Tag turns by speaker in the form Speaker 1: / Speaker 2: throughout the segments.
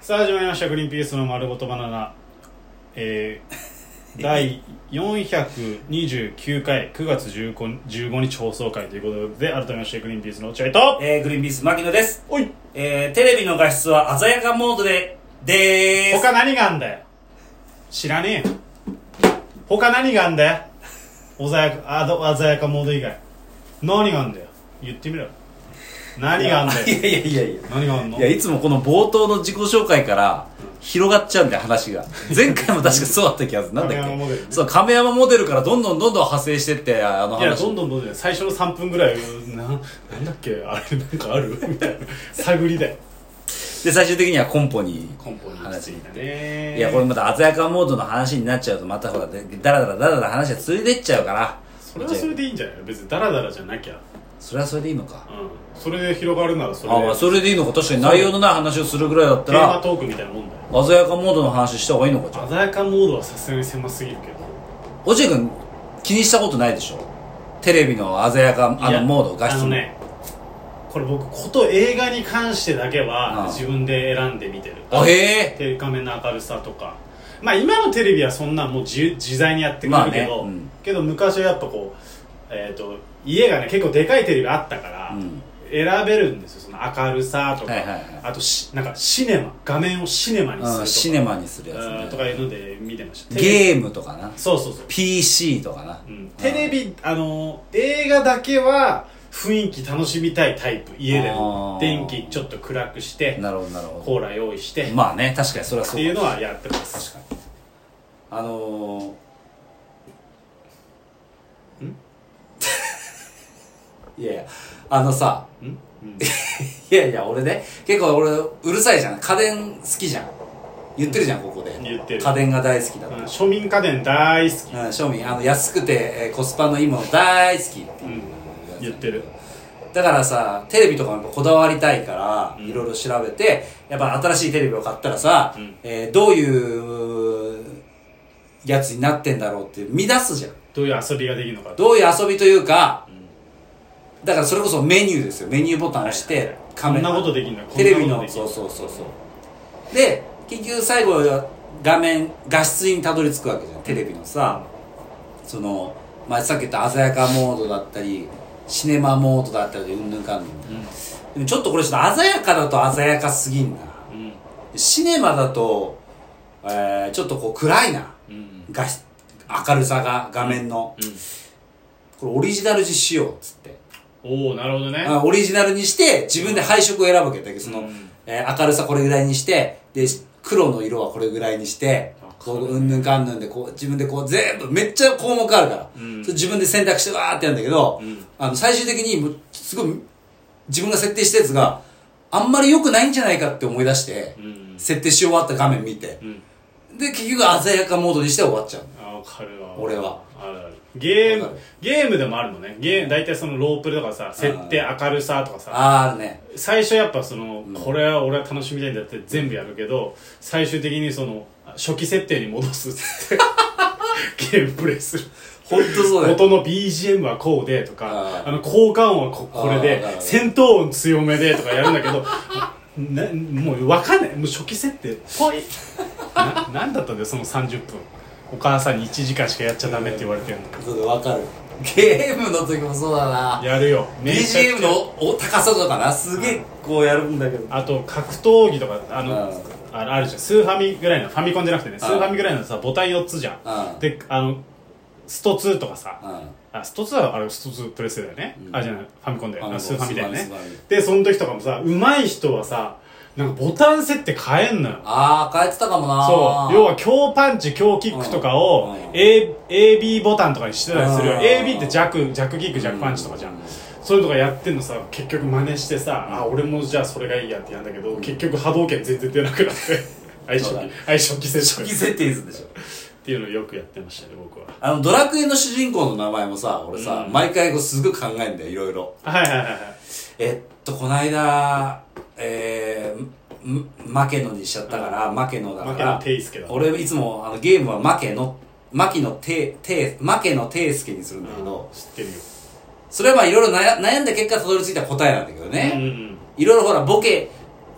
Speaker 1: さあ始まりました「グリーンピースの丸ごとバナナ」え ー第429回9月15 15日放送回ということで改めましてグリーンピースの落合と
Speaker 2: えー、グリーンピース牧野です、
Speaker 1: おい
Speaker 2: えー、テレビの画質は鮮やかモードででーす
Speaker 1: 他何があんだよ知らねえよ他何があんだよ鮮やかあど鮮やかモード以外何があんだよ言ってみろ何があんだよ
Speaker 2: いやいやいやいや
Speaker 1: 何があんの
Speaker 2: いやいつもこの冒頭の自己紹介から広がっちゃうんだよ話が前回も確かそうだった気が するなんだっけ
Speaker 1: 亀山モデルね
Speaker 2: そう亀山モデルからどんどんどんどん派生してってあの
Speaker 1: いや
Speaker 2: 話
Speaker 1: どんどんどんどん最初の3分ぐらいななんだっけあれなんかあるみたいな探りだよ
Speaker 2: で最終的にはコンポに
Speaker 1: コンポに
Speaker 2: 話に
Speaker 1: たね
Speaker 2: いやこれまた鮮やかモードの話になっちゃうとまたほらでだらだらだらだら話が続いてっちゃうから
Speaker 1: それはそれでいいんじゃない別にダラダラじゃなきゃ、
Speaker 2: それはそれでいいのか
Speaker 1: うん、それで広がるならそれ
Speaker 2: あ、まあ、それでいいのか確かに内容のない話をするぐらいだっ
Speaker 1: テ
Speaker 2: た
Speaker 1: ーマ
Speaker 2: ら
Speaker 1: トークみたいなもんだよ
Speaker 2: 鮮やかモードの話した方がいいのかじゃあ
Speaker 1: 鮮やかモードはさすがに狭すぎるけど
Speaker 2: 落合君気にしたことないでしょテレビの鮮やかあ
Speaker 1: いや
Speaker 2: のモード画質
Speaker 1: あのねこれ僕こと映画に関してだけ
Speaker 2: う
Speaker 1: は
Speaker 2: ん
Speaker 1: 自分で選んで見てる
Speaker 2: あへえ
Speaker 1: テレカメの明るさとかまあ今のテレビはそんなもう自由自在にやってくれ
Speaker 2: まあ
Speaker 1: る
Speaker 2: ね
Speaker 1: けど、
Speaker 2: うん
Speaker 1: けど昔はやっぱこうえっ、と家がね結構でかいテレビあったから、
Speaker 2: うん
Speaker 1: 選べるんですよその明るさとか、
Speaker 2: はいはいはい
Speaker 1: あとしなんかシネマ画面をシネマにすると
Speaker 2: う
Speaker 1: か
Speaker 2: ん、シネマにする
Speaker 1: うん
Speaker 2: やつ
Speaker 1: と
Speaker 2: ね
Speaker 1: かいうので見てましたテレビ
Speaker 2: ゲームとかな
Speaker 1: そうそうそう
Speaker 2: PC とかな、
Speaker 1: うんテレビあの映画だけは雰囲気楽しみたいタイプ家でも
Speaker 2: あー
Speaker 1: 電気ちょっと暗くして
Speaker 2: なるほどなるほ
Speaker 1: コーラ用意して、
Speaker 2: どまあね確かにそれは
Speaker 1: っ
Speaker 2: そ
Speaker 1: ていうう
Speaker 2: か
Speaker 1: のはやってます確かに
Speaker 2: あのー、ん いやいやあのさ
Speaker 1: うん、うん、
Speaker 2: いやいや俺ね結構俺うるさいじゃん家電好きじゃん言ってるじゃんここで
Speaker 1: 言ってる
Speaker 2: 家電が大好きだって
Speaker 1: うん庶民家電大好き、
Speaker 2: うん、庶民あの安くて、えーコスパのいいもの大好き
Speaker 1: う、
Speaker 2: っていうん
Speaker 1: 言ってる
Speaker 2: だからさテレビとかもやっぱこだわりたいから、
Speaker 1: うん
Speaker 2: いろいろ調べてやっぱ新しいテレビを買ったらさ、
Speaker 1: うん
Speaker 2: えーどういうやつになってんだろうって見出すじゃん
Speaker 1: どういう遊びができるのか
Speaker 2: どういう遊びというか、だからそれこそメニューですよメニューボタンを押し
Speaker 1: はいはい
Speaker 2: て
Speaker 1: はい
Speaker 2: カメラ
Speaker 1: こんなことできんだ
Speaker 2: テレビ
Speaker 1: こんなことで
Speaker 2: の
Speaker 1: きん
Speaker 2: そうそうそうそうで結局最後は画面画質にたどり着くわけじゃんテレビのさその、まあ、さっき言った鮮やかモードだったりシネマモードだったりでうんぬんかんぬ
Speaker 1: う
Speaker 2: んでもちょっとこれちょっと鮮やかだと鮮やかすぎんなん
Speaker 1: うん
Speaker 2: シネマだと、えー、ちょっとこう暗いな
Speaker 1: うん
Speaker 2: 画質明るさが画面の、これオリジナルにしようっつって
Speaker 1: おおなるほどね
Speaker 2: あオリジナルにして自分で配色を選ぶわけだけどその、
Speaker 1: うん
Speaker 2: えー明るさこれぐらいにしてで黒の色はこれぐらいにして
Speaker 1: あ
Speaker 2: こううんぬんかんぬんでこう自分でこう全部めっちゃ項目あるから、
Speaker 1: うん
Speaker 2: それ自分で選択してわーってやるんだけど、
Speaker 1: うん
Speaker 2: あの最終的にもうすごい自分が設定したやつがあんまり良くないんじゃないかって思い出して、
Speaker 1: うん
Speaker 2: 設定し終わった画面見て
Speaker 1: う、ん
Speaker 2: で結局鮮やかモードにして終わっちゃう
Speaker 1: あわかるわ
Speaker 2: 俺は
Speaker 1: あるあるゲー
Speaker 2: わか
Speaker 1: ム
Speaker 2: る
Speaker 1: ゲームでもあるのねゲー大体そのロープレとかさ設定明るさとかさ
Speaker 2: あーあるね
Speaker 1: 最初やっぱそのこれは俺は楽しみたいんだって全部やるけど最終的にその初期設定に戻すっつ ってゲームプレイする
Speaker 2: 本当そうだよ
Speaker 1: 音の BGM はこうでとか
Speaker 2: あー
Speaker 1: あの効果音はここれ
Speaker 2: あー
Speaker 1: で
Speaker 2: なるほど
Speaker 1: 戦闘音強めでとかやるんだけどなもう分かんないもう初期設定ぽ いななんだったんだよその30分お母さんに1時間しかやっちゃダメって言われてるの
Speaker 2: そうだわかるゲームの時もそうだな
Speaker 1: やるよめちゃくちゃ
Speaker 2: BGM のお高さとかなすげえこうやるんだけど
Speaker 1: あと格闘技とかあの
Speaker 2: うん
Speaker 1: ああるじゃんスーファミぐらいのファミコンじゃなくてねスーファミぐらいのさボタン4つじゃ
Speaker 2: うん
Speaker 1: んであのスト2とかさ
Speaker 2: うん
Speaker 1: あスト2はあれスト2プレステだよね、
Speaker 2: うん
Speaker 1: あじゃないファミコンだよ
Speaker 2: ファミコン
Speaker 1: スーファミだよね
Speaker 2: スーファミスーフ
Speaker 1: でその時とかもさ上手い人はさなんかボタン設定変えんのよ
Speaker 2: ああ変えてたかもな
Speaker 1: そう要は強パンチ強キックとかを、
Speaker 2: うんうん
Speaker 1: A AB ボタンとかにしてたりするよ
Speaker 2: うん
Speaker 1: AB って弱弱キック弱パンチとかじゃん、
Speaker 2: うん
Speaker 1: そういうのとかやってんのさ結局真似してさ、あ俺もじゃあそれがいいやってやんだけど、結局波動拳全然出なくなって 相
Speaker 2: そ
Speaker 1: 性
Speaker 2: うだ
Speaker 1: 器相性器接
Speaker 2: 初
Speaker 1: 触
Speaker 2: 期
Speaker 1: っ
Speaker 2: 設定図でしょ
Speaker 1: ていうのをよくやってましたね僕は
Speaker 2: あのドラクエの主人公の名前もさ俺さ、
Speaker 1: うん
Speaker 2: 毎回こうすぐ考えんだよいろいろ
Speaker 1: はいはいはいはい
Speaker 2: えっとこないだえーんマケノにしちゃったから、マケノだか
Speaker 1: 負け
Speaker 2: ら
Speaker 1: のテイスケだ
Speaker 2: 俺いつもあのゲームはマケノマキのテイテイマケのテイスケにするんだけど、
Speaker 1: 知ってるよ
Speaker 2: それはまあいろいろ悩悩んだ結果たどり着いた答えなんだけどね、
Speaker 1: うん
Speaker 2: いろいろほら、ボケ、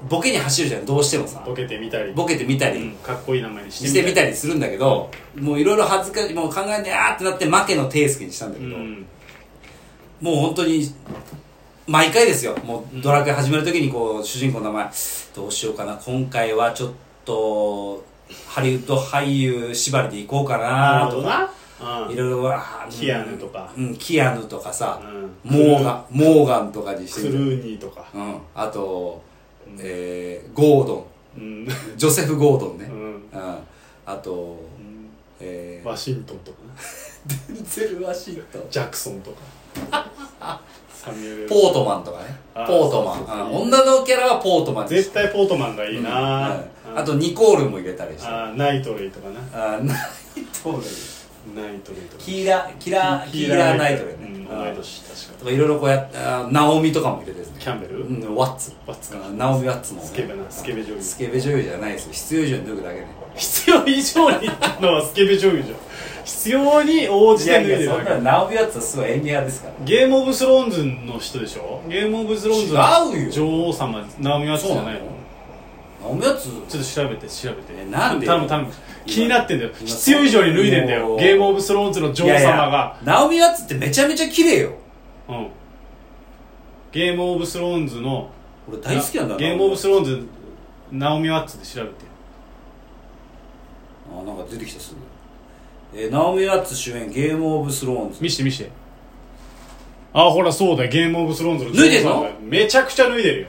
Speaker 2: ボケに走るじゃんどうしてもさ
Speaker 1: ボケてみたり
Speaker 2: ボケてみたり、
Speaker 1: うんかっこいい名前にして
Speaker 2: してみた
Speaker 1: り
Speaker 2: りするんだけどもういろいろ恥ずかしいもう考えてあーってなって負けの手つけにしたんだ
Speaker 1: う
Speaker 2: けど、
Speaker 1: ん
Speaker 2: もう本当に毎回ですよもうドラクエ始めるときにこう主人公の名前どうしようかな今回はちょっとハリウッド俳優縛りでいこうか
Speaker 1: な
Speaker 2: な
Speaker 1: る
Speaker 2: と
Speaker 1: ほど
Speaker 2: か
Speaker 1: なうん
Speaker 2: いろいろあー
Speaker 1: キアヌとか
Speaker 2: うん、キアヌとかさ、
Speaker 1: うん
Speaker 2: モーガンモーガンとかにし
Speaker 1: ク
Speaker 2: てみる
Speaker 1: ルーニーとか
Speaker 2: うん、あと、えー、ゴード
Speaker 1: うん
Speaker 2: ンジョセフ・ゴードンね、
Speaker 1: う
Speaker 2: うん
Speaker 1: ん
Speaker 2: あと、
Speaker 1: うん
Speaker 2: えー、
Speaker 1: ワシントンとかね
Speaker 2: デンゼル・ワシントン
Speaker 1: ジャクソンとかサミュエル
Speaker 2: ポートマンとかね
Speaker 1: あー
Speaker 2: ポートマ
Speaker 1: そうそう
Speaker 2: ン、
Speaker 1: そう
Speaker 2: うん女のキャラはポートマンにし
Speaker 1: 絶対ポートマンがいいな、
Speaker 2: う
Speaker 1: う
Speaker 2: ん
Speaker 1: ん
Speaker 2: あとニコールも入れたりしてあ
Speaker 1: あーナイトレイとかな
Speaker 2: ーナイトレイ
Speaker 1: ナイトレイとか
Speaker 2: キーラキラキーラーナイトレイ
Speaker 1: うん
Speaker 2: ねあ
Speaker 1: 同い
Speaker 2: ー
Speaker 1: 年確
Speaker 2: と
Speaker 1: か
Speaker 2: かいろいろこうやってあーナオミとかも入れてですね
Speaker 1: キャンベル、
Speaker 2: うんワッツ
Speaker 1: ワッツか
Speaker 2: うんナオミ・ワッツもね
Speaker 1: スケベなスケベ女優
Speaker 2: スケベ女優じゃないですよ必要以上に脱ぐだけね
Speaker 1: 必要以上にのはスケベ女優じゃん必要に応じて脱いでるわけ
Speaker 2: ナオミ・ワッツはすごい演技派ですから
Speaker 1: ゲームオブスローンズの人でしょゲームオブスローンズ
Speaker 2: 違うよ
Speaker 1: の女王様ナオミ・ワッツじゃない
Speaker 2: そうな
Speaker 1: の
Speaker 2: のナオミ・ワッツ
Speaker 1: ちょっと調べて調べ
Speaker 2: え
Speaker 1: て
Speaker 2: なんでよ
Speaker 1: 頼む頼む
Speaker 2: 今
Speaker 1: 気になってんだよ
Speaker 2: 今
Speaker 1: 必要以上に脱いでんだ
Speaker 2: も
Speaker 1: よ
Speaker 2: う
Speaker 1: ゲームオブスローンズの女王様が
Speaker 2: いやいやナオミ・ワッツってめちゃめちゃ綺麗よ
Speaker 1: うんゲームオブスローンズの
Speaker 2: 俺大好きなんだ
Speaker 1: ゲームオブス
Speaker 2: ロ
Speaker 1: ローンズナオミ・ワッツで調べて
Speaker 2: あなんか出てきたすぐえーナオミ・ワッツ主演ゲーム・オブ・スローンズ
Speaker 1: 見して見してあほらそうだよゲームオブスローンズの
Speaker 2: 脱いでん
Speaker 1: ジョ
Speaker 2: の
Speaker 1: ーさんがめちゃくちゃ脱いでるよ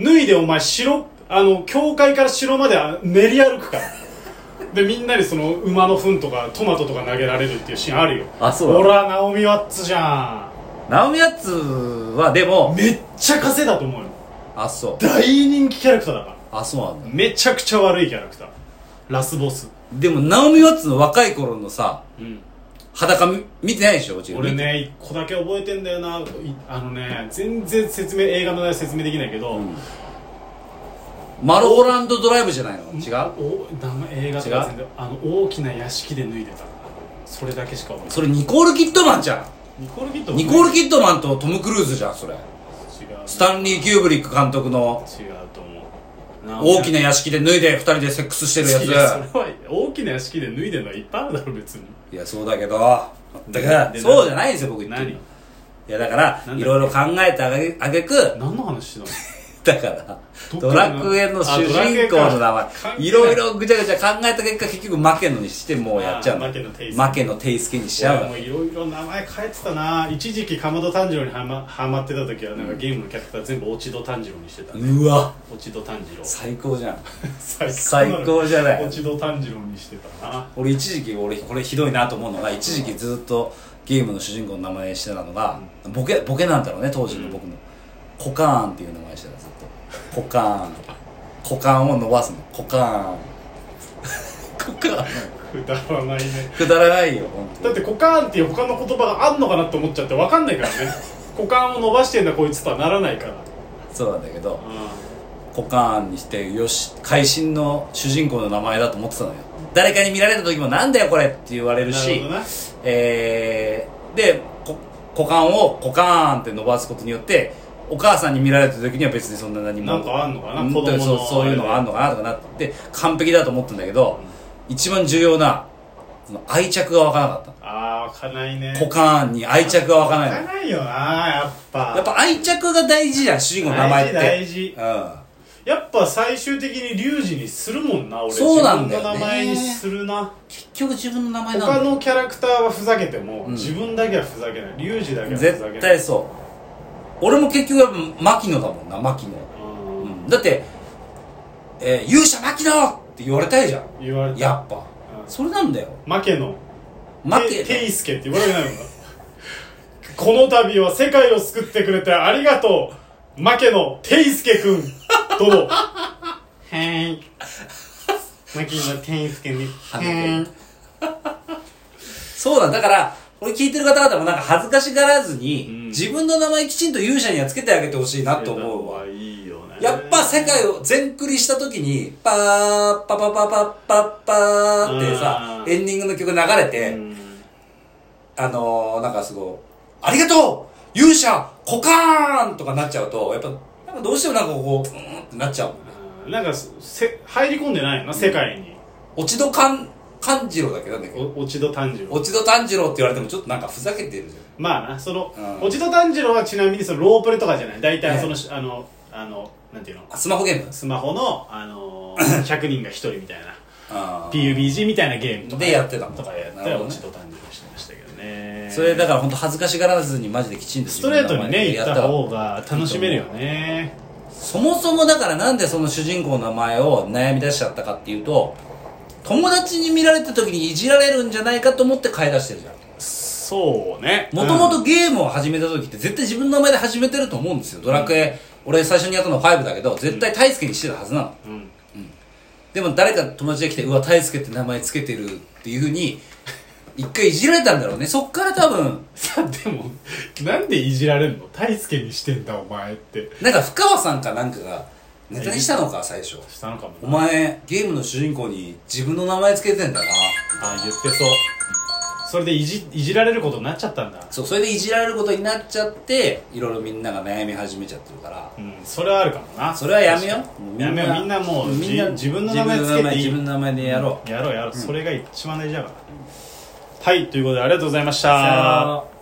Speaker 1: 脱いでお前城あの教会から城まであ練り歩くからでみんなにその馬の糞とかトマトとか投げられるっていうシーンあるよ
Speaker 2: あそう
Speaker 1: ほらナオミ・ワッツじゃ
Speaker 2: ナオミ・ワッツはで
Speaker 1: ん
Speaker 2: も
Speaker 1: めっちゃ稼いだと思うよ
Speaker 2: あそう
Speaker 1: 大人気キャラクターだから
Speaker 2: あそうなんだ
Speaker 1: めちゃくちゃ悪いキャラクターラスボス
Speaker 2: でもナオミ・ワッツの若い頃のさ
Speaker 1: うん
Speaker 2: 裸見見てないでしょうち
Speaker 1: 俺ね一個だけ覚えてんだよないあのね全然説明映画の内容説明できないけど、
Speaker 2: んマローランド・ドライブじゃないの違う
Speaker 1: お名前映画とか全然あの大きな屋敷で脱いでたそれだけしか覚えて
Speaker 2: それニコール・キッドマンじゃ
Speaker 1: ないニコール・キッド
Speaker 2: んニコール・
Speaker 1: ッ
Speaker 2: キッドマンとトム・クルーズじゃんそれ
Speaker 1: ド違う
Speaker 2: スタンリー・キューブリック監督の
Speaker 1: 違うと思う
Speaker 2: 大きな屋敷で脱いで二人でセックスしてる
Speaker 1: 敷それ
Speaker 2: やつ
Speaker 1: は大きな屋敷で脱いでるのはいっぱいあるだろ別に
Speaker 2: いやそうだけどだから
Speaker 1: で
Speaker 2: そうじゃないんですよ僕言ってる
Speaker 1: 何
Speaker 2: のいやだから
Speaker 1: なんだっけ
Speaker 2: いろいろ考えてあげあげく
Speaker 1: 何の話してたの
Speaker 2: だから
Speaker 1: どっか
Speaker 2: ドラクエの主人公
Speaker 1: あド
Speaker 2: の名前
Speaker 1: ラクエか
Speaker 2: いろいろぐちゃぐちゃ考えた結果結局負けのにしてもうやっちゃうの
Speaker 1: あー負けのテイスケ
Speaker 2: 負けのテイスケにしちゃう
Speaker 1: も
Speaker 2: の
Speaker 1: ういろいろ名前変えてたな一時期かまど炭治郎にはまはまってた時はなんかゲームのキャラクター全部落ち度炭治郎にしてた、ね、
Speaker 2: うわ
Speaker 1: 落ち度炭治郎
Speaker 2: 最高じゃん
Speaker 1: 最
Speaker 2: 最高じゃない
Speaker 1: 落ち度炭治郎にしてたな
Speaker 2: 俺一時期俺これひどいなと思うのが一時期ずっとゲームの主人公の名前にしてたのが、ボケボケなんだろうね当時の僕の、コカーンっていう名前にしてたずっとコカーン股間を伸ばすのコカーン コカーン
Speaker 1: くだらないね
Speaker 2: くだらないよ本当
Speaker 1: だって股間っていう他の言葉があんのかなって思っちゃって分かんないから ね股間を伸ばしてんだこいつとはならないから
Speaker 2: そうなんだけど
Speaker 1: う
Speaker 2: コカーンにしてよし会心の主人公の名前だと思ってたのよ誰かに見られた時も「なんだよこれ」って言われる
Speaker 1: んな
Speaker 2: し
Speaker 1: るほどな
Speaker 2: えーでこ股間を股間って伸ばすことによってお母さんに見られた時には別にそんな何も
Speaker 1: なんかあんのかな
Speaker 2: うん
Speaker 1: 子供の
Speaker 2: そうそういうのがあんのかなとかなって完璧だと思ったんだけど、一番重要なその愛着が湧かなかっ
Speaker 1: ああ開かないね
Speaker 2: た股間に愛着が湧かないの
Speaker 1: 開かないよなやっぱ
Speaker 2: やっぱ愛着が大事じゃん主人公の名前って
Speaker 1: 大事
Speaker 2: うん
Speaker 1: やっぱ最終的にリュウジにするもんな俺
Speaker 2: そうなんだよ
Speaker 1: 自分
Speaker 2: ね
Speaker 1: の名前にするな
Speaker 2: 結局自分の名前なんだ
Speaker 1: 他
Speaker 2: よ
Speaker 1: のキャラクターはふざけても、
Speaker 2: うん
Speaker 1: 自分だけはふざけないリュウジだけはふざけない
Speaker 2: 絶対そう俺も結局やっぱ牧野だもんな牧野、
Speaker 1: うん
Speaker 2: うん、だって、えー勇者牧野って言われたいじゃん
Speaker 1: 言われた
Speaker 2: やっぱ
Speaker 1: うん
Speaker 2: それなんだよ
Speaker 1: 負けの
Speaker 2: 負
Speaker 1: て
Speaker 2: け
Speaker 1: ていすけって言われないもんなこの度は世界を救ってくれてありがとう負けのていすけくん殿はい負けのていすけに
Speaker 2: はーいそうなんだからこれ聞いてる方々もなんか恥ずかしがらずに、
Speaker 1: うん
Speaker 2: 自分の名前きちんと勇者にはつけてあげてほしいなと思うわ
Speaker 1: いいよね
Speaker 2: やっぱ世界を全クリした時に、パー、パパパパパパーってさ
Speaker 1: あ、ー
Speaker 2: エンディングの曲流れ
Speaker 1: う
Speaker 2: て、
Speaker 1: ん
Speaker 2: あのー、なんかすごい、ありがとう勇者コカーンとかなっちゃうと、やっぱ、なんかどうしてもなんかこう、うーんってなっちゃうもんね。
Speaker 1: なんかせ入り込んでないよな世界に
Speaker 2: 落ち度勘勘次郎だっけなんだっけ
Speaker 1: お落ち度炭治郎
Speaker 2: 落ち度炭治郎って言われてもちょっとなんかふざけてるじゃん
Speaker 1: まあなその
Speaker 2: うん
Speaker 1: 落ち度炭治郎はちなみにそのロープレとかじゃない大体
Speaker 2: ね
Speaker 1: その、あのあのなんていうの
Speaker 2: あスマホゲーム
Speaker 1: スマホの、あ のー、100人が1人みたいな
Speaker 2: あー
Speaker 1: PUBG みたいなゲームとか
Speaker 2: でやってたもん
Speaker 1: とかやっ
Speaker 2: な
Speaker 1: て
Speaker 2: るほどね
Speaker 1: 落ち度炭治郎してましたけどね
Speaker 2: それだから本当恥ずかしがらずにマジできちんと
Speaker 1: ス
Speaker 2: 自
Speaker 1: ト
Speaker 2: 分
Speaker 1: レ
Speaker 2: の
Speaker 1: ー
Speaker 2: 名
Speaker 1: ト
Speaker 2: 前
Speaker 1: にね行っ
Speaker 2: やったた
Speaker 1: 方が楽しめるよね
Speaker 2: そもそもだからなんでその主人公の名前を悩み出しちゃったかっていうと友達に見られた時にいじられるんじゃないかと思って買い出してるじゃん
Speaker 1: そうね
Speaker 2: もともとゲームを始めた時って絶対自分の名前で始めてると思うんですよドラクエ、俺最初にやったの5だけど絶対大輔にしてたはずなの、
Speaker 1: うん、うん
Speaker 2: でも誰か友達が来てうわ大輔って名前つけてるっていうふうに一回いじられたんだろうねそっから多分
Speaker 1: さでもなんでいじられんの大輔にしてんだお前って
Speaker 2: なんか深川さんかなんかがネタにしたのか最初
Speaker 1: したのかも
Speaker 2: お
Speaker 1: な
Speaker 2: 前ゲームの主人公に自分の名前つけてんだな
Speaker 1: あ言ってそうそれでいじいじられることになっちゃったんだ
Speaker 2: そうそれでいじられることになっちゃっていろいろみんなが悩み始めちゃってるから
Speaker 1: うんそれはあるかもな
Speaker 2: それはやめよう
Speaker 1: やめようみんなもう
Speaker 2: みんな
Speaker 1: じ自分の名前つけていい
Speaker 2: 自分の名前自分の名前でやろう、
Speaker 1: やろうやろう、それが一番大事だからはいということでありがとうございました
Speaker 2: さよなら